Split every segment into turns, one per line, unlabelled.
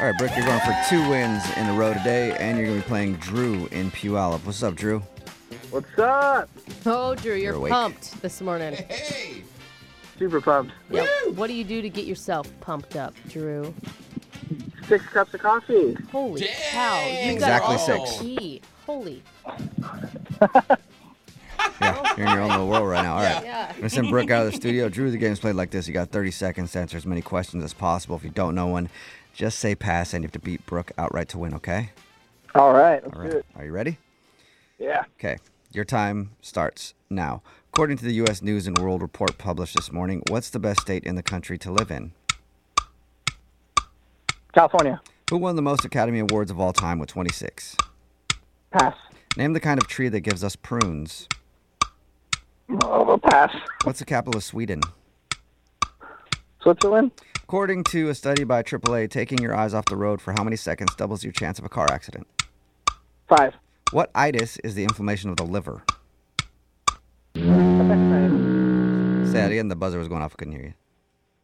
All right, Brick, you're going for two wins in a row today, and you're going to be playing Drew in Puyallup. What's up, Drew?
What's up?
Oh, Drew, you're,
You're awake.
pumped this morning.
Hey!
Super pumped.
Yep. What do you do to get yourself pumped up, Drew?
Six cups of coffee.
Holy
Dang,
cow! You
Exactly
got
six.
all Key. Holy
Yeah, you're in your own little world right now. All right.
yeah.
I'm going to send Brooke out of the studio. Drew, the game's played like this. You got 30 seconds to answer as many questions as possible. If you don't know one, just say pass, and you have to beat Brooke outright to win, okay?
All right, let's
All
do
right.
it.
Are you ready?
Yeah.
Okay, your time starts now. According to the U.S. News and World Report published this morning, what's the best state in the country to live in?
California.
Who won the most Academy Awards of all time with 26?
Pass.
Name the kind of tree that gives us prunes.
Oh, pass.
What's the capital of Sweden?
Switzerland.
According to a study by AAA, taking your eyes off the road for how many seconds doubles your chance of a car accident?
Five.
What itis is the inflammation of the liver?
Appendicitis.
Say that again, the buzzer was going off, I couldn't hear you.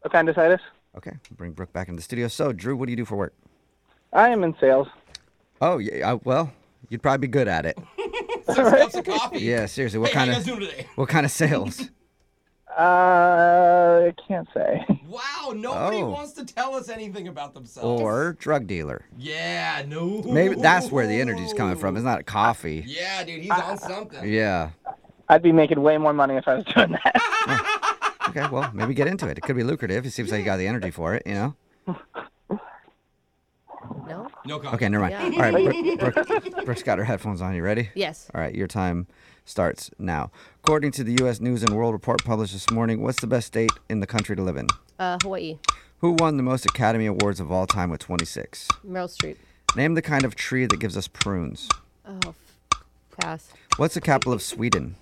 Appendicitis.
Okay, bring Brooke back into the studio. So, Drew, what do you do for work?
I am in sales.
Oh, yeah, I, well, you'd probably be good at it.
Six cups of coffee.
Yeah, seriously, what
Hey,
kind
how you guys
of
doing today?
what kind of sales?
Uh, I can't say.
Wow, nobody
Oh.
wants to tell us anything about themselves.
or drug dealer?
Yeah, no.
Maybe that's where the energy's coming from. It's not coffee.
Yeah, dude, he's on something.
Yeah.
I'd be making way more money if I was doing that.
Okay, well, maybe get into it. It could be lucrative. It seems like you got the energy for it, you know?
no.
No comment.
Okay, never mind.
Yeah.
All right, Brooke, Brooke, Brooke's got her headphones on. You ready?
Yes.
All right, your time starts now. According to the U.S. News and World Report published this morning, what's the best state in the country to live in?
Uh, Hawaii.
Who won the most Academy Awards of all time with 26?
Meryl Streep.
Name the kind of tree that gives us prunes.
Oh, f- pass.
What's the capital of Sweden?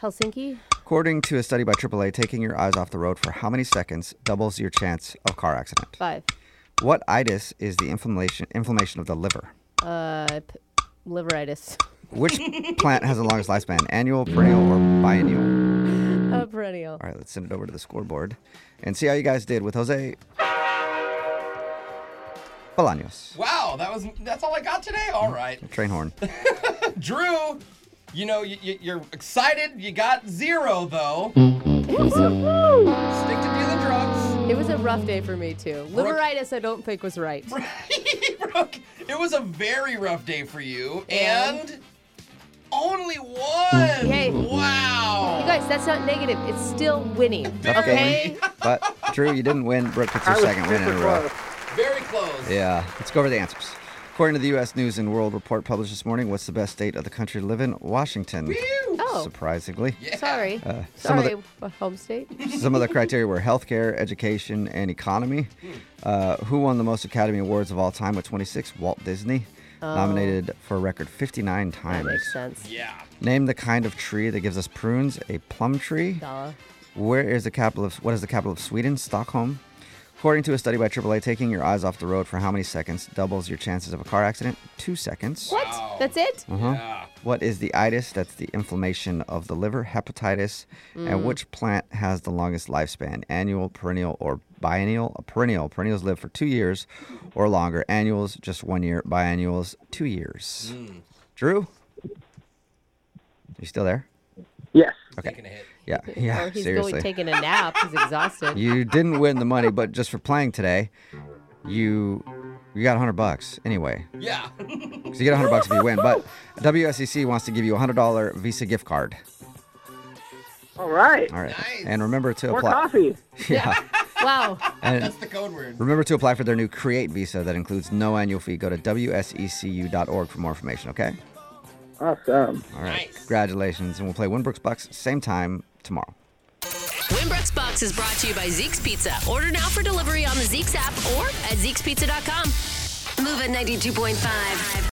Helsinki.
According to a study by AAA, taking your eyes off the road for how many seconds doubles your chance of car accident?
Five.
What itis is the inflammation inflammation of the liver?
Uh, p- liveritis.
Which plant has the longest lifespan, annual, perennial, or biennial?
A perennial.
All right, let's send it over to the scoreboard and see how you guys did with Jose Bolaños.
Wow, that was that's all I got today. All
Mm-hmm.
right,
Train horn.
Drew, you know you, you, you're excited. You got zero though.
It was, a,
Stick to do the drugs.
it was a rough day for me too. Liveritis, I don't think was right.
Brooke, it was a very rough day for you,
And?
and only one.
Hey.
Wow.
You guys, that's not negative. It's still winning.
Tough
Okay.
game. But Drew, you didn't win. Brooke, it's your
I was
second win in a
super
row.
close.
Very close.
Yeah. Let's go over the answers. According to the U.S. News and World Report published this morning, what's the best state of the country to live in? Washington.
Oh,
Surprisingly.
Yeah.
sorry.
some of
sorry, uh, home state.
Some of the criteria were healthcare, education, and economy. Uh, who won the most Academy Awards of all time with 26? Walt Disney. Nominated for a record 59
That
times.
makes sense.
Yeah.
Name the kind of tree that gives us prunes. A plum tree.
Duh.
Where is the capital of what is the capital of Sweden? Stockholm. According to a study by AAA, taking your eyes off the road for how many seconds doubles your chances of a car accident? Two seconds. Uh-huh.
What?
Wow.
That's it?
Yeah.
What is the itis? That's the inflammation of the liver, hepatitis. And which plant has the longest lifespan? Annual, perennial, or biennial? A perennial. Perennials live for two years or longer. Annuals, just one year. Biennials, two years. Drew? You still there?
Yes.
Taking a hit.
Yeah. Yeah.
or Oh, he's
seriously.
going taking a nap. He's exhausted.
You didn't win the money, but just for playing today, you you got 100 bucks anyway.
Yeah.
'Cause you get 100 bucks if you win, but WSEC wants to give you a $100 Visa gift card.
All right.
All right.
Nice.
And remember to
More
apply.
coffee.
Yeah.
Wow.
And
That's the code word.
remember to apply for their new Create Visa that includes no annual fee. Go to E WSECU.org for more information, okay?
Awesome.
All right.
Nice.
Congratulations. And we'll play Winbrooks Bucks same time tomorrow.
Winbrook's Box is brought to you by Zeke's Pizza. Order now for delivery on the Zeke's app or at Zeke'sPizza.com. Move at 92.5.